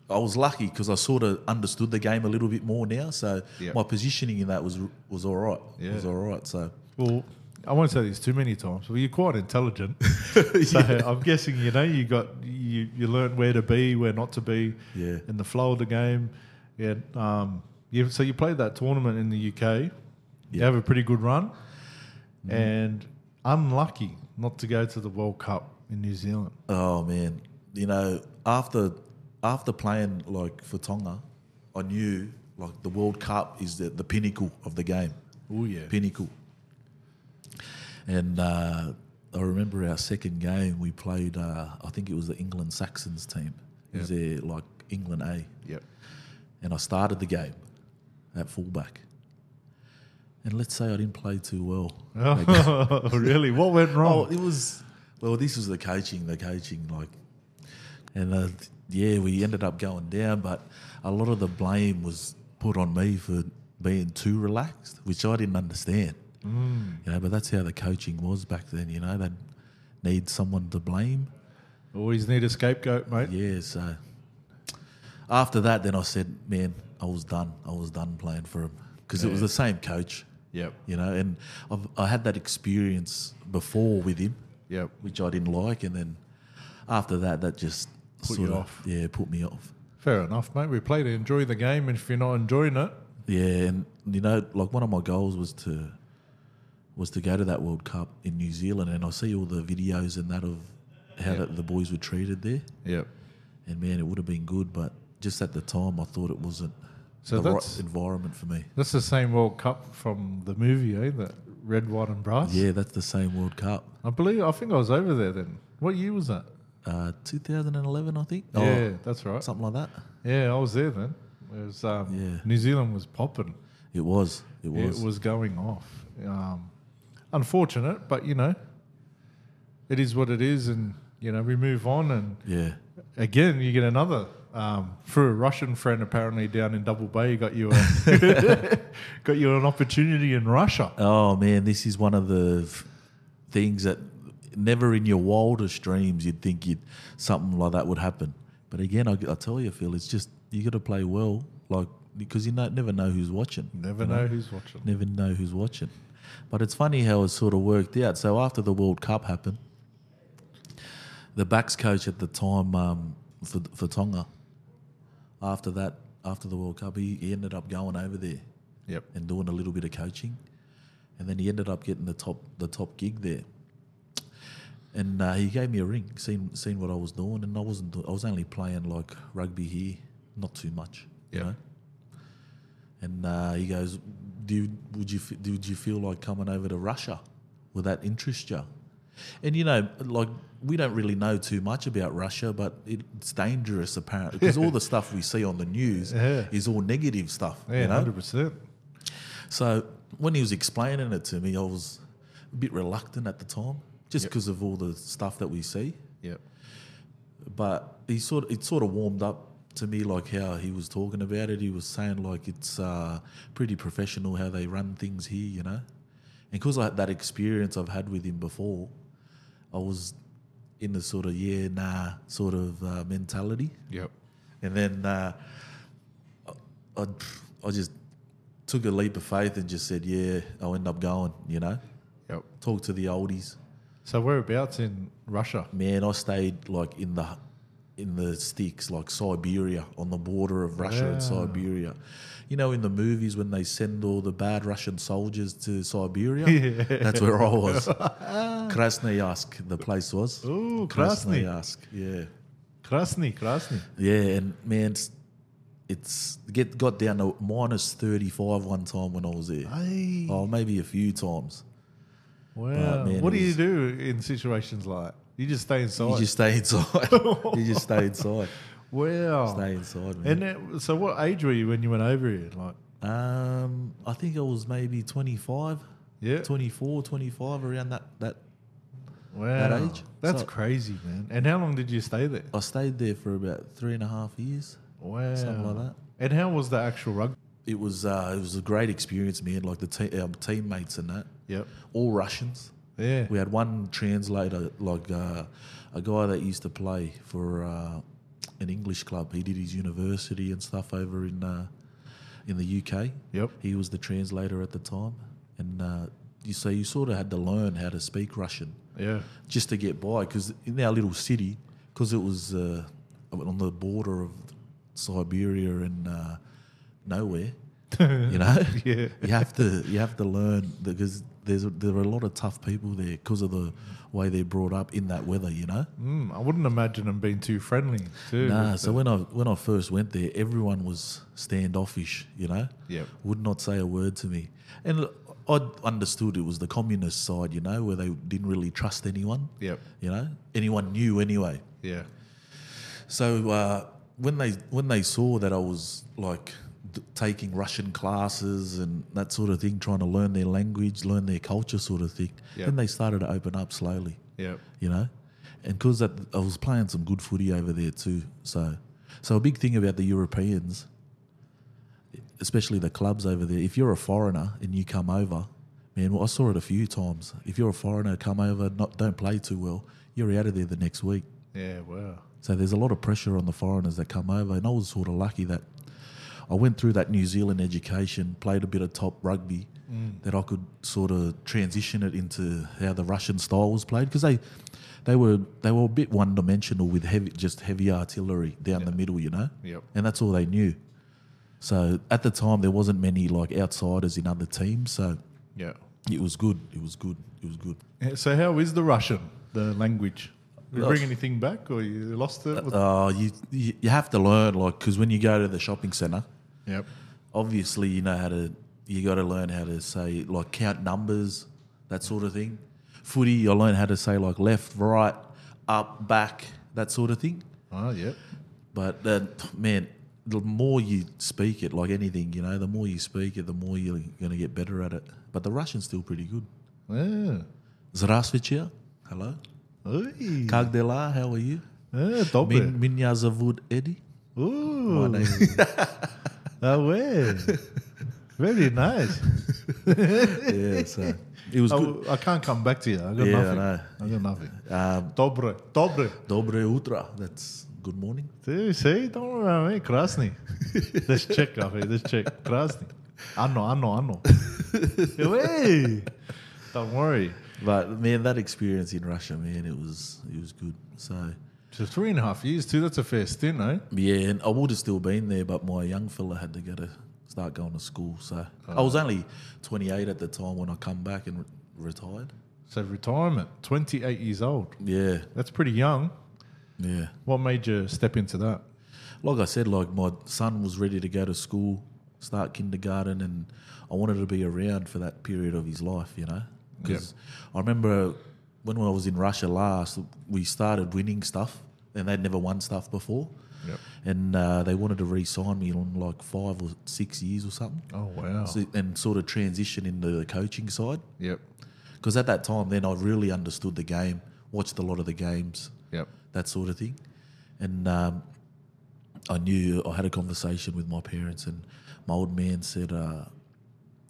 S2: I was lucky because I sort of understood the game a little bit more now. So
S1: Yeah.
S2: my positioning in that was was all right.
S1: Yeah.
S2: Was all right. So
S1: Well, I won't say this too many times, but you're quite intelligent. so I'm guessing you know you got you you learned where to be, where not to be,
S2: Yeah.
S1: in the flow of the game. Yeah, um, you, so you played that tournament in the UK. You
S2: Yeah. Mm-hmm.
S1: have a pretty good run, and unlucky not to go to the World Cup in New Zealand.
S2: Oh man, you know after after playing like for Tonga, I knew like the World Cup is the, the pinnacle of the game,
S1: Oh yeah,
S2: pinnacle. And uh, I remember our second game we played. Uh, I think it was the England Saxons team. It was their like England A,
S1: yep.
S2: and I started the game at fullback. And let's say I didn't play too well. that game.
S1: really? What went
S2: Oh,
S1: wrong?
S2: it was. Well, this was the coaching, the coaching, like, and uh, yeah, we ended up going down, but a lot of the blame was put on me for being too relaxed, which I didn't understand. Mm. You know, but that's how the coaching was back then. You know, they need someone to blame.
S1: Always need a scapegoat, mate.
S2: Yeah, so after that, then I said, man, I was done. I was done playing for him because it was the same coach.
S1: Yep.
S2: You know, and I've, I had that experience before with him
S1: Yep.
S2: which I didn't like, and then after that, that just
S1: Put you
S2: sort of
S1: off.
S2: yeah put me off.
S1: Fair enough, mate. We play to enjoy the game, and if you're not enjoying it,
S2: Yeah, and you know, like one of my goals was to was to go to that World Cup in New Zealand, and I see all the videos and that of how that the boys were treated there,
S1: yep.
S2: and man, it would have been good, but just at the time, I thought it wasn't
S1: So
S2: the
S1: that's-
S2: right environment for me.
S1: That's the same World Cup from the movie, eh? That red, white, and brass.
S2: Yeah, that's the same World Cup.
S1: I believe. I think I was over there then. What year was that?
S2: Uh, 2011, I think. Oh,
S1: yeah, that's right.
S2: something like that.
S1: Yeah, I was there then. It was. Um,
S2: Yeah.
S1: New Zealand was popping.
S2: It was. It was.
S1: It was going off. Um, unfortunate, but you know, it is what it is, and you know we move on. And
S2: Yeah.
S1: again, you get another. Um, through a Russian friend, apparently down in Double Bay, got you a, got you an opportunity in Russia.
S2: Oh man, this is one of the f- things that never in your wildest dreams you'd think you'd something like that would happen. But again, I, I tell you, Phil, it's just you got to play well, like because you know, never know who's watching.
S1: Never know who's watching.
S2: Never know who's watching. But it's funny how it sort of worked out. So after the World Cup happened, the backs coach at the time um, for for Tonga, after that, after the World Cup, he, he ended up going over there
S1: Yep.
S2: and doing a little bit of coaching, and then he ended up getting the top the top gig there. And uh, he gave me a ring, seen seen what I was doing, and I wasn't do- I was only playing like rugby here, not too much,
S1: Yeah.
S2: you know. And uh, he goes, "Do you, would you f- did you feel like coming over to Russia? Would that interest you?" And you know, like we don't really know too much about Russia, but it, it's dangerous apparently because all the stuff we see on the news
S1: Yeah.
S2: is all negative stuff.
S1: Yeah,
S2: you know?
S1: hundred percent.
S2: So when he was explaining it to me, I was a bit reluctant at the time, just because of all the stuff that we see.
S1: Yep.
S2: But he sort it sort of warmed up to me, like how he was talking about it. He was saying like it's uh, pretty professional how they run things here, you know. And because I had that experience I've had with him before, I was in the sort of yeah nah sort of uh, mentality.
S1: Yep.
S2: And then uh, I, I, I just took a leap of faith and just said, yeah, I'll end up going, you know.
S1: Yep.
S2: Talk to the oldies.
S1: So whereabouts in Russia?
S2: Man, I stayed like in the in the sticks, like Siberia, on the border of Russia and
S1: Wow.
S2: Siberia. You know, in the movies when they send all the bad Russian soldiers to Siberia,
S1: Yeah.
S2: that's where I was. Krasnoyarsk, the place was.
S1: Ooh, Krasny.
S2: Krasnoyarsk, yeah.
S1: Krasny, Krasny.
S2: Yeah, and man, it's, it's get got down to minus thirty five one time when I was there.
S1: Hey.
S2: Oh, maybe a few times.
S1: wow.
S2: man,
S1: what do
S2: it
S1: you
S2: was-
S1: do in situations like that? You just stay inside.
S2: You just stay inside. you just stay inside.
S1: wow.
S2: Stay inside, man.
S1: and that, so, what age were you when you went over here? Like,
S2: um, I think I was maybe 25,
S1: yeah.
S2: 24, 25, around that. That
S1: wow.
S2: age?
S1: That's
S2: So-
S1: crazy, man. And how long did you stay there?
S2: I stayed there for about three and a half years.
S1: Wow.
S2: Oh, Something like that.
S1: And how was the actual rugby?
S2: It was uh, it was a great experience, man. Like the te- our teammates and that,
S1: Yep.
S2: all Russians.
S1: Yeah.
S2: We had one translator, like uh, a guy that used to play for uh, an English club. He did his university and stuff over in uh, in the UK.
S1: Yep.
S2: He was the translator at the time, and uh, you so you sort of had to learn how to speak Russian
S1: Yeah.
S2: just to get by. Because in our little city, because it was uh, on the border of Siberia and uh, nowhere, you know,
S1: Yeah.
S2: you have to you have to learn because there's a, there are a lot of tough people there because of the way they're brought up in that weather, you know.
S1: Mm, I wouldn't imagine them being too friendly, too.
S2: Nah,
S1: with
S2: so
S1: the-
S2: when I when I first went there, everyone was standoffish, you know.
S1: Yep.
S2: Would not say a word to me, and I understood it was the communist side, you know, where they didn't really trust anyone.
S1: Yep.
S2: You know, anyone new anyway.
S1: Yeah.
S2: So uh, when they when they saw that I was like d- taking Russian classes and that sort of thing, trying to learn their language, learn their culture, sort of thing,
S1: Yeah.
S2: then they started to open up slowly
S1: Yep.
S2: you know. And because I was playing some good footy over there too, so so a big thing about the Europeans, especially the clubs over there, if you're a foreigner and you come over, man, well, I saw it a few times. If you're a foreigner, come over, not don't play too well, you're out of there the next week.
S1: Yeah. Wow.
S2: So there's a lot of pressure on the foreigners that come over, and I was sort of lucky that I went through that New Zealand education, played a bit of top rugby, that I could sort of transition it into how the Russian style was played because they they were they were a bit one dimensional with heavy just heavy artillery down the middle, you know,
S1: Yep.
S2: and that's all they knew. So at the time there wasn't many like outsiders in other teams, so
S1: Yeah.
S2: it was good. It was good. It was good.
S1: Yeah, Eh, So how is the Russian, the language? Did you
S2: Uh,
S1: bring anything back, or you lost it? What-
S2: Uh, you you you have to learn like because when you go to the shopping centre.
S1: yep.
S2: obviously you know how to you got to learn how to say like count numbers that sort of thing footy i learned how to say like left right up back that sort of thing
S1: Oh, yep.
S2: but uh, man the more you speak it like anything you know the more you speak it the more you're going to get better at it but the russian's still pretty good
S1: Yeah.
S2: Здравствуйте. hello
S1: Oi. Eh,
S2: как дела how are you
S1: Yeah, добре.
S2: Min- меня зовут Eddie
S1: Ooh.
S2: my name is-
S1: Ah, ouais. Very nice.
S2: yeah so it was
S1: I,
S2: good
S1: I can't come back to you. I got
S2: Yeah, I
S1: nothing.
S2: know.
S1: I got nothing.
S2: um,
S1: Dobre. Dobre.
S2: доброе утро that's good morning
S1: Dude, see, don't worry about me. Krasny. Let's check, Rafi. Let's check. Krasny. Ano, ano, ano. Hey. Don't worry.
S2: But man, that experience in Russia, man, it was it was good. So
S1: So three and a half years, too. That's a fair stint, eh?
S2: yeah, and I would have still been there, but my young fella had to go to start going to school. So I was only 28 at the time when I come back and re- retired.
S1: So retirement, 28 years old.
S2: Yeah,
S1: That's pretty young.
S2: yeah.
S1: What made you step into that?
S2: Like I said, like my son was ready to go to school, start kindergarten, and I wanted to be around for that period of his life, you know. Because I remember when I was in Russia last, we started winning stuff, and they'd never won stuff before.
S1: Yep.
S2: and uh, they wanted to re-sign me on like five or six years or something,
S1: Oh, wow.
S2: so, and sort of transition into the coaching side.
S1: Yep.
S2: Because at that time, then I really understood the game, watched a lot of the games,
S1: Yep.
S2: that sort of thing, and um, I knew I had a conversation with my parents, and my old man said uh,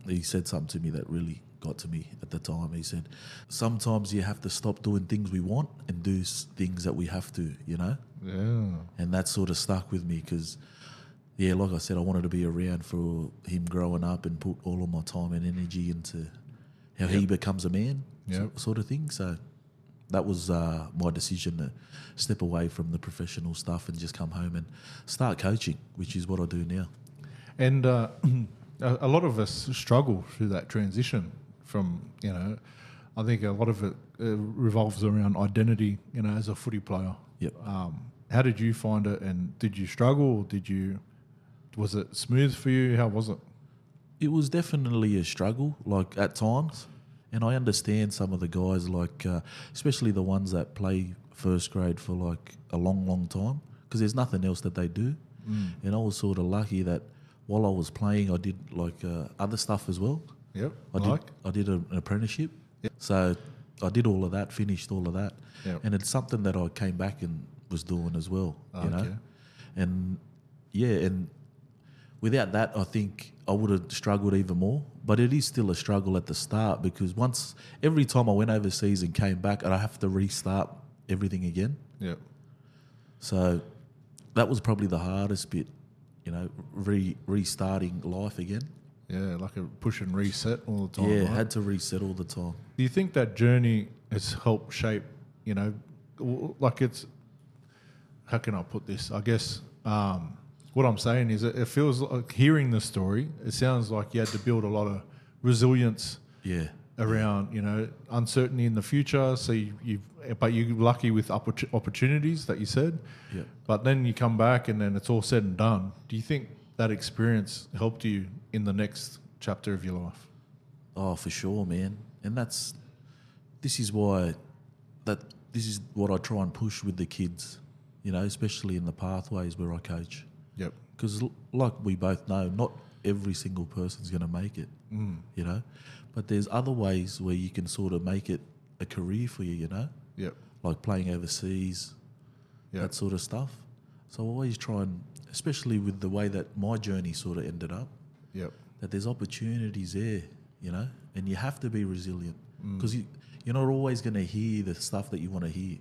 S2: he said something to me that really got to me at the time. He said, "Sometimes you have to stop doing things we want and do s- things that we have to," you know
S1: Yeah.
S2: and that sort of stuck with me because yeah like i said i wanted to be around for him growing up and put all of my time and energy into how he becomes a man so-
S1: Yep.
S2: sort of thing so that was uh, my decision to step away from the professional stuff and just come home and start coaching which is what i do now
S1: And uh, a a lot of us struggle through that transition from, you know, I think a lot of it uh, revolves around identity, you know, as a footy player.
S2: Yep.
S1: Um, how did you find it and did you struggle? Did you, was it smooth for you? How was it?
S2: it was definitely a struggle, like at times. And I understand some of the guys, like uh, especially the ones that play first grade for like a long, long time, because there's nothing else that they do. And I was sort of lucky that while I was playing, I did like uh, other stuff as well.
S1: Yep.
S2: I
S1: like?
S2: did I did a- an apprenticeship, so I did all of that, finished all of that,
S1: Yep.
S2: and it's something that I came back and was doing as well. You
S1: Okay.
S2: know, and yeah, and without that, I think I would have struggled even more. But it is still a struggle at the start because once every time I went overseas and came back, I have to restart everything again.
S1: Yep.
S2: So that was probably the hardest bit, you know, re- restarting life again.
S1: Yeah, like a push and reset all the time.
S2: yeah,
S1: right?
S2: had to reset all the time.
S1: Do you think that journey has helped shape, you know, w- like it's, how can I put this? I guess um, what I'm saying is it, it feels like hearing the story, it sounds like you had to build a lot of resilience
S2: Yeah,
S1: around, you know, uncertainty in the future. So you, you've, but you're lucky with oppor- opportunities that you said.
S2: yeah.
S1: But then you come back and then it's all said and done. Do you think that experience helped you in the next chapter of your life?
S2: Oh, for sure, man. And that's this is why that this is what I try and push with the kids, you know, especially in the pathways where I coach.
S1: Yep.
S2: Because, like we both know, not every single person's going to make it, mm. you know. But there's other ways where you can sort of make it a career for you, you know,
S1: Yep.
S2: like playing overseas,
S1: Yep.
S2: that sort of stuff. So I always try and, especially with the way that my journey sort of ended up,
S1: yep.
S2: that there's opportunities there, you know, and you have to be resilient
S1: Mm.
S2: because you, you're not always going to hear the stuff that you want to hear.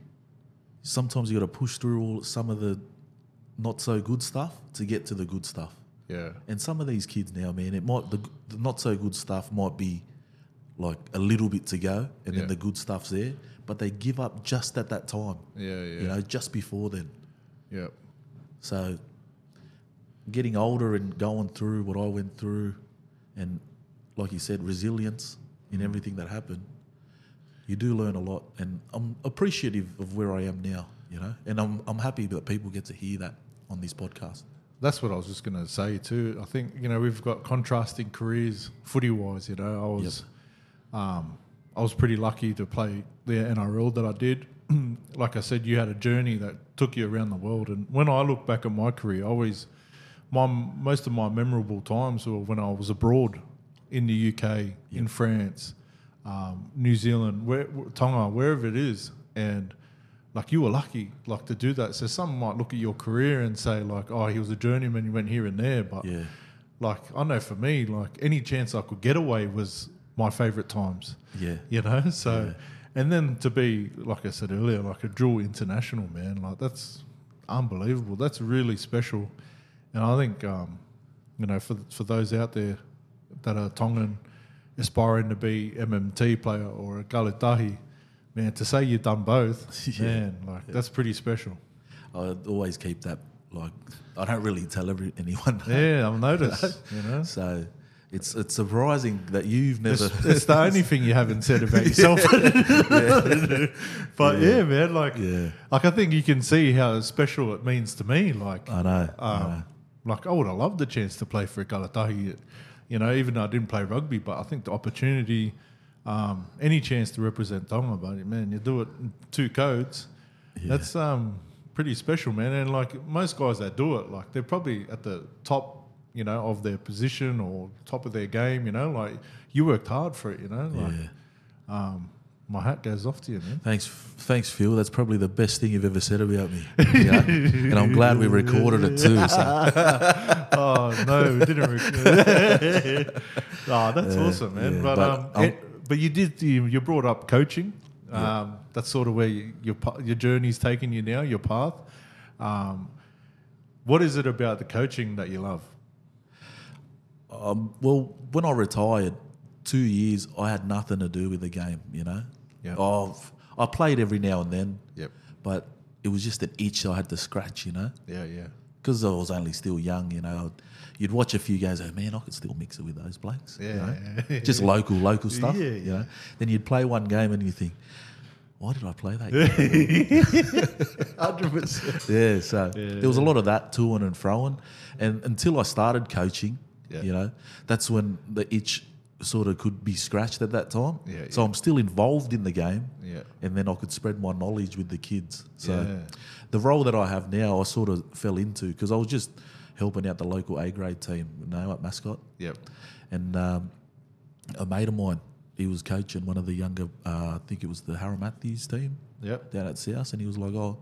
S2: Sometimes you got to push through all some of the not so good stuff to get to the good stuff.
S1: Yeah.
S2: And some of these kids now, man, it might the, the not so good stuff might be like a little bit to go, and
S1: Yeah.
S2: then the good stuff's there, but they give up just at that time,
S1: Yeah, yeah,
S2: you know, just before then.
S1: yeah,
S2: So getting older and going through what I went through and like you said, resilience in everything that happened, you do learn a lot and I'm appreciative of where I am now, you know? And I'm I'm happy that people get to hear that on this podcast.
S1: That's what I was just going to say too. I think you know we've got contrasting careers footy wise. You know, I was, um, I was pretty lucky to play the NRL that I did. like I said, you had a journey that took you around the world. And when I look back at my career, I always my most of my memorable times were when I was abroad in the UK, in France, um, New Zealand, where, Tonga, wherever it is, and like you were lucky like to do that. So some might look at your career and say like, oh, he was a journeyman, he went here and there, but
S2: Yeah.
S1: like I know for me, like any chance I could get away was my favorite times.
S2: Yeah.
S1: You know, so and then to be like I said earlier, like a dual international man, like that's unbelievable. That's really special, and I think um, you know for for those out there that are Tongan aspiring to be MMT player or a Galatahi, man, to say you've done both,
S2: Yeah.
S1: man, like that's pretty special.
S2: I always keep that like I don't really tell every, anyone.
S1: Yeah, I've noticed. you know.
S2: So it's it's surprising that you've never
S1: It's, it's the only thing you haven't said about yourself. but yeah. man, like,
S2: Yeah.
S1: like I think you can see how special it means to me. Like,
S2: I know. I know.
S1: um, like I would have loved the chance to play for Galatahi, you know, even though I didn't play rugby, but I think the opportunity, um, any chance to represent Tonga, but man, you do it in two codes. That's um, pretty special, man. And like most guys that do it, like they're probably at the top, you know, of their position or top of their game, you know, like you worked hard for it, you know. Like,
S2: Yeah.
S1: um, my hat goes off to you, man.
S2: Thanks, thanks, Phil. That's probably the best thing you've ever said about me, you know? and I'm glad we recorded it too. So
S1: oh no, we didn't. Rec- oh, that's awesome, man.
S2: yeah,
S1: but
S2: but
S1: um,
S2: I'm-
S1: it- but you did you, you brought up coaching. Um, that's sort of where you, your pa- your journey's taking you now, your path. Um, what is it about the coaching that you love?
S2: um, well, when I retired, two years I had nothing to do with the game. You know,
S1: Yeah.
S2: Oh, I played every now and then,
S1: Yep.
S2: but it was just an itch I had to scratch. You know,
S1: Yeah, yeah,
S2: because I was only still young. You know, I'd, you'd watch a few games. Oh man, I could still mix it with those blokes. you know?
S1: Yeah.
S2: just local, local stuff.
S1: Yeah,
S2: you know, then you'd play one game and you think, why did I play that? game?
S1: hundred percent.
S2: Yeah, so there was a lot of that toing and froing. And until I started coaching,
S1: Yeah.
S2: you know, that's when the itch sort of could be scratched at that time.
S1: Yeah,
S2: so
S1: yeah.
S2: I'm still involved in the game.
S1: Yeah.
S2: And then I could spread my knowledge with the kids. So
S1: Yeah.
S2: the role that I have now, I sort of fell into because I was just helping out the local A grade team, you know, at Mascot.
S1: Yep.
S2: And um, a mate of mine, he was coaching one of the younger, uh, I think it was the Harry Matthews team
S1: Yep.
S2: down at South, and he was like, "Oh,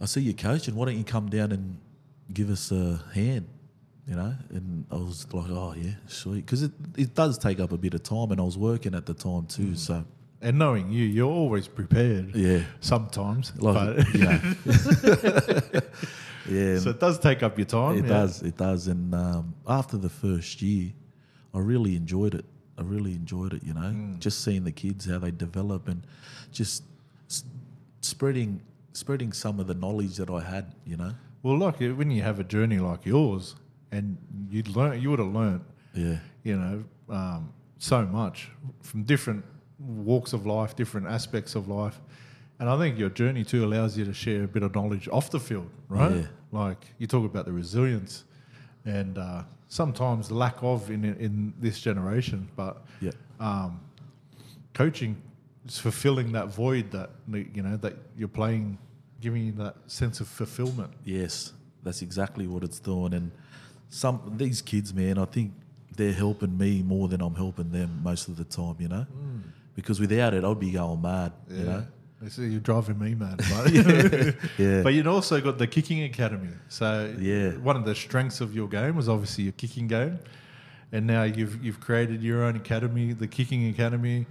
S2: I see you coaching. Why don't you come down and give us a hand?" You know, and I was like, "Oh yeah, sweet," because it it does take up a bit of time, and I was working at the time too,
S1: Mm.
S2: so
S1: And knowing you, you're always prepared.
S2: yeah,
S1: Sometimes,
S2: like
S1: but,
S2: you know. yeah,
S1: so it does take up your time.
S2: it
S1: yeah.
S2: does, it does. And um, after the first year, I really enjoyed it. I really enjoyed it. You know, just seeing the kids how they develop and just s- spreading spreading some of the knowledge that I had. You know.
S1: Well, like uh, when you have a journey like yours, and you learn, you would have learnt,
S2: Yeah.
S1: you know, um, so much from different walks of life, different aspects of life, and I think your journey too allows you to share a bit of knowledge off the field, right?
S2: Yeah.
S1: Like you talk about the resilience, and uh, sometimes lack of in in this generation, but um,
S2: Yeah.
S1: coaching is fulfilling that void that you know that you're playing, giving you that sense of fulfillment.
S2: Yes, that's exactly what it's doing. And some these kids, man, I think they're helping me more than I'm helping them most of the time. You know, because without it, I'd be going mad. You know.
S1: They say you're driving me mad. But,
S2: Yeah.
S1: but you'd also got the kicking academy. So
S2: Yeah.
S1: one of the strengths of your game was obviously your kicking game, and now you've you've created your own academy, the kicking academy.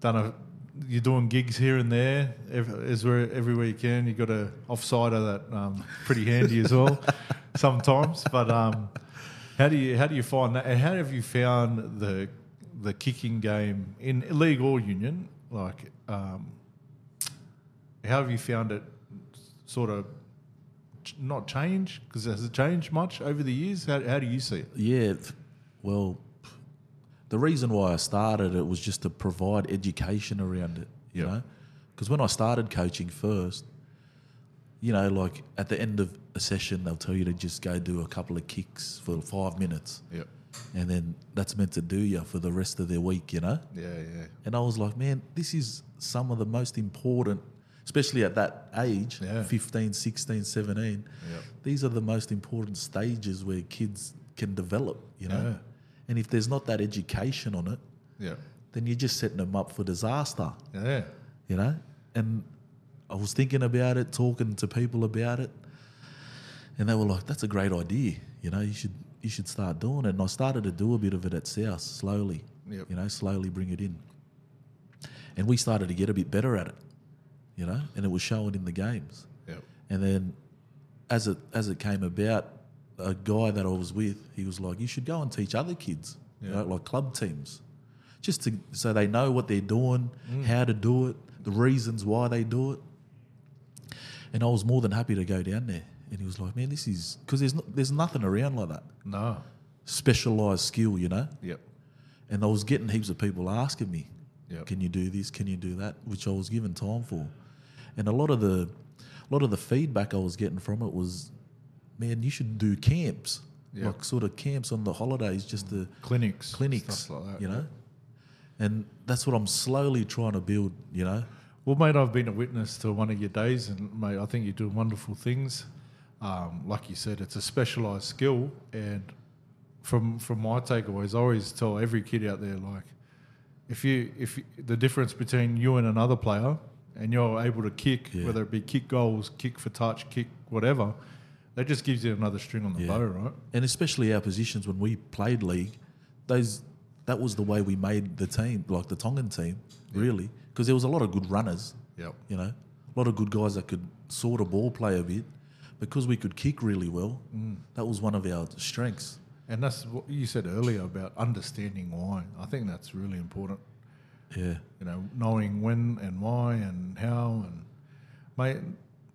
S1: Done a, you're doing gigs here and there, ev- as where everywhere you can. You got a offsider that um, pretty handy as well, sometimes. But um, how do you how do you find that? And how have you found the the kicking game in league or union? Like, um, how have you found it sort of ch- not change because has it changed much over the years how, how do you see it
S2: Yeah, th- well, the reason why I started it was just to provide education around it, you
S1: Yeah.
S2: know? Because when I started coaching first, you know, like at the end of a session, they'll tell you to just go do a couple of kicks for five minutes,
S1: yeah
S2: and then that's meant to do you for the rest of their week, you know?
S1: yeah yeah
S2: And I was like, man, this is some of the most important, especially at that age
S1: Yeah.
S2: 15, 16, 17.
S1: Yep.
S2: These are the most important stages where kids can develop, you know?
S1: Yeah.
S2: And if there's not that education on it,
S1: yeah
S2: then you're just setting them up for disaster,
S1: yeah
S2: you know? And I was thinking about it, talking to people about it, and they were like, that's a great idea, you know? You should. You should start doing it. And I started to do a bit of it at South slowly,
S1: Yep.
S2: you know, slowly bring it in and we started to get a bit better at it, you know, and it was showing in the games.
S1: yeah
S2: And then as it as it came about, a guy that I was with, he was like, "You should go and teach other kids, you
S1: Yeah.
S2: know, like club teams, just to so they know what they're doing, how to do it, the reasons why they do it." And I was more than happy to go down there. And he was like, "Man, this is because there's no, there's nothing around like that
S1: no
S2: specialized skill, you know."
S1: yep
S2: And I was getting heaps of people asking me,
S1: Yep.
S2: "Can you do this? Can you do that?" Which I was given time for, and a lot of the, a lot of the feedback I was getting from it was, "Man, you should do camps,
S1: Yeah.
S2: like sort of camps on the holidays, just to
S1: clinics
S2: clinics,
S1: stuff like that
S2: you know." And that's what I'm slowly trying to build, you know.
S1: Well, mate, I've been a witness to one of your days, and mate, I think you're doing wonderful things. Um, like you said, it's a specialised skill, and from from my takeaways, I always tell every kid out there, like, if you if you- the difference between you and another player, and you're able to kick,
S2: Yeah.
S1: whether it be kick goals, kick for touch, kick whatever, that just gives you another string on the
S2: Yeah.
S1: bow, right?
S2: and especially our positions when we played league, those that was the way we made the team, like the Tongan team, really, because there was a lot of good runners.
S1: Yep.
S2: you know, a lot of good guys that could sort of ball play a bit. Because we could kick really well, that was one of our strengths.
S1: And that's what you said earlier about understanding why. I think that's really important.
S2: Yeah,
S1: you know, knowing when and why and how and mate,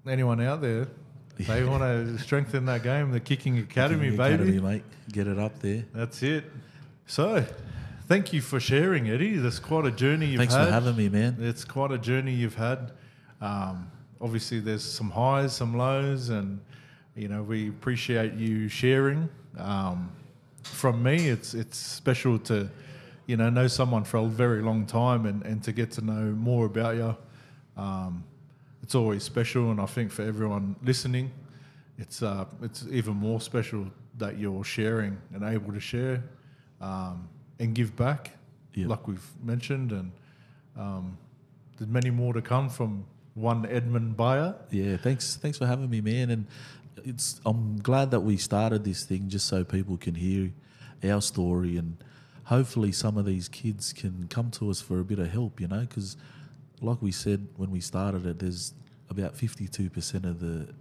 S1: anyone out there, they want to strengthen that game, the kicking academy,
S2: Academy,
S1: baby.
S2: mate, get it up there.
S1: That's it. So, thank you for sharing, Eddie. That's quite a journey you've
S2: Thanks
S1: had.
S2: for having me, man.
S1: It's quite a journey you've had. Um, obviously, there's some highs, some lows, and you know we appreciate you sharing. Um, from me, it's it's special to you know know someone for a very long time and, and to get to know more about you. Um, it's always special, and I think for everyone listening, it's uh, it's even more special that you're sharing and able to share um, and give back,
S2: Yeah.
S1: like we've mentioned, and um, there's many more to come from one Edmund Bayer.
S2: Yeah, thanks, thanks for having me, man. And it's I'm glad that we started this thing just so people can hear our story and hopefully some of these kids can come to us for a bit of help, you know, because like we said when we started it, there's about 52% of the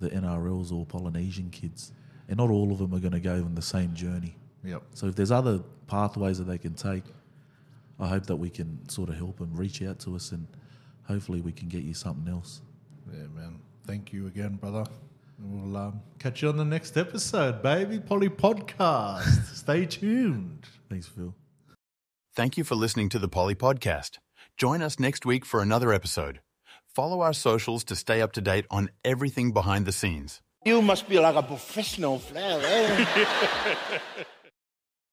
S2: the NRLs or Polynesian kids, and not all of them are going to go on the same journey.
S1: Yep.
S2: So if there's other pathways that they can take, I hope that we can sort of help them reach out to us and hopefully we can get you something else.
S1: Yeah, man. Thank you again, brother. And We'll um, catch you on the next episode, baby. Polly Podcast. Stay tuned.
S2: Thanks, Phil.
S3: Thank you for listening to the Polly Podcast. Join us next week for another episode. Follow our socials to stay up to date on everything behind the scenes.
S4: You must be like a professional player, eh?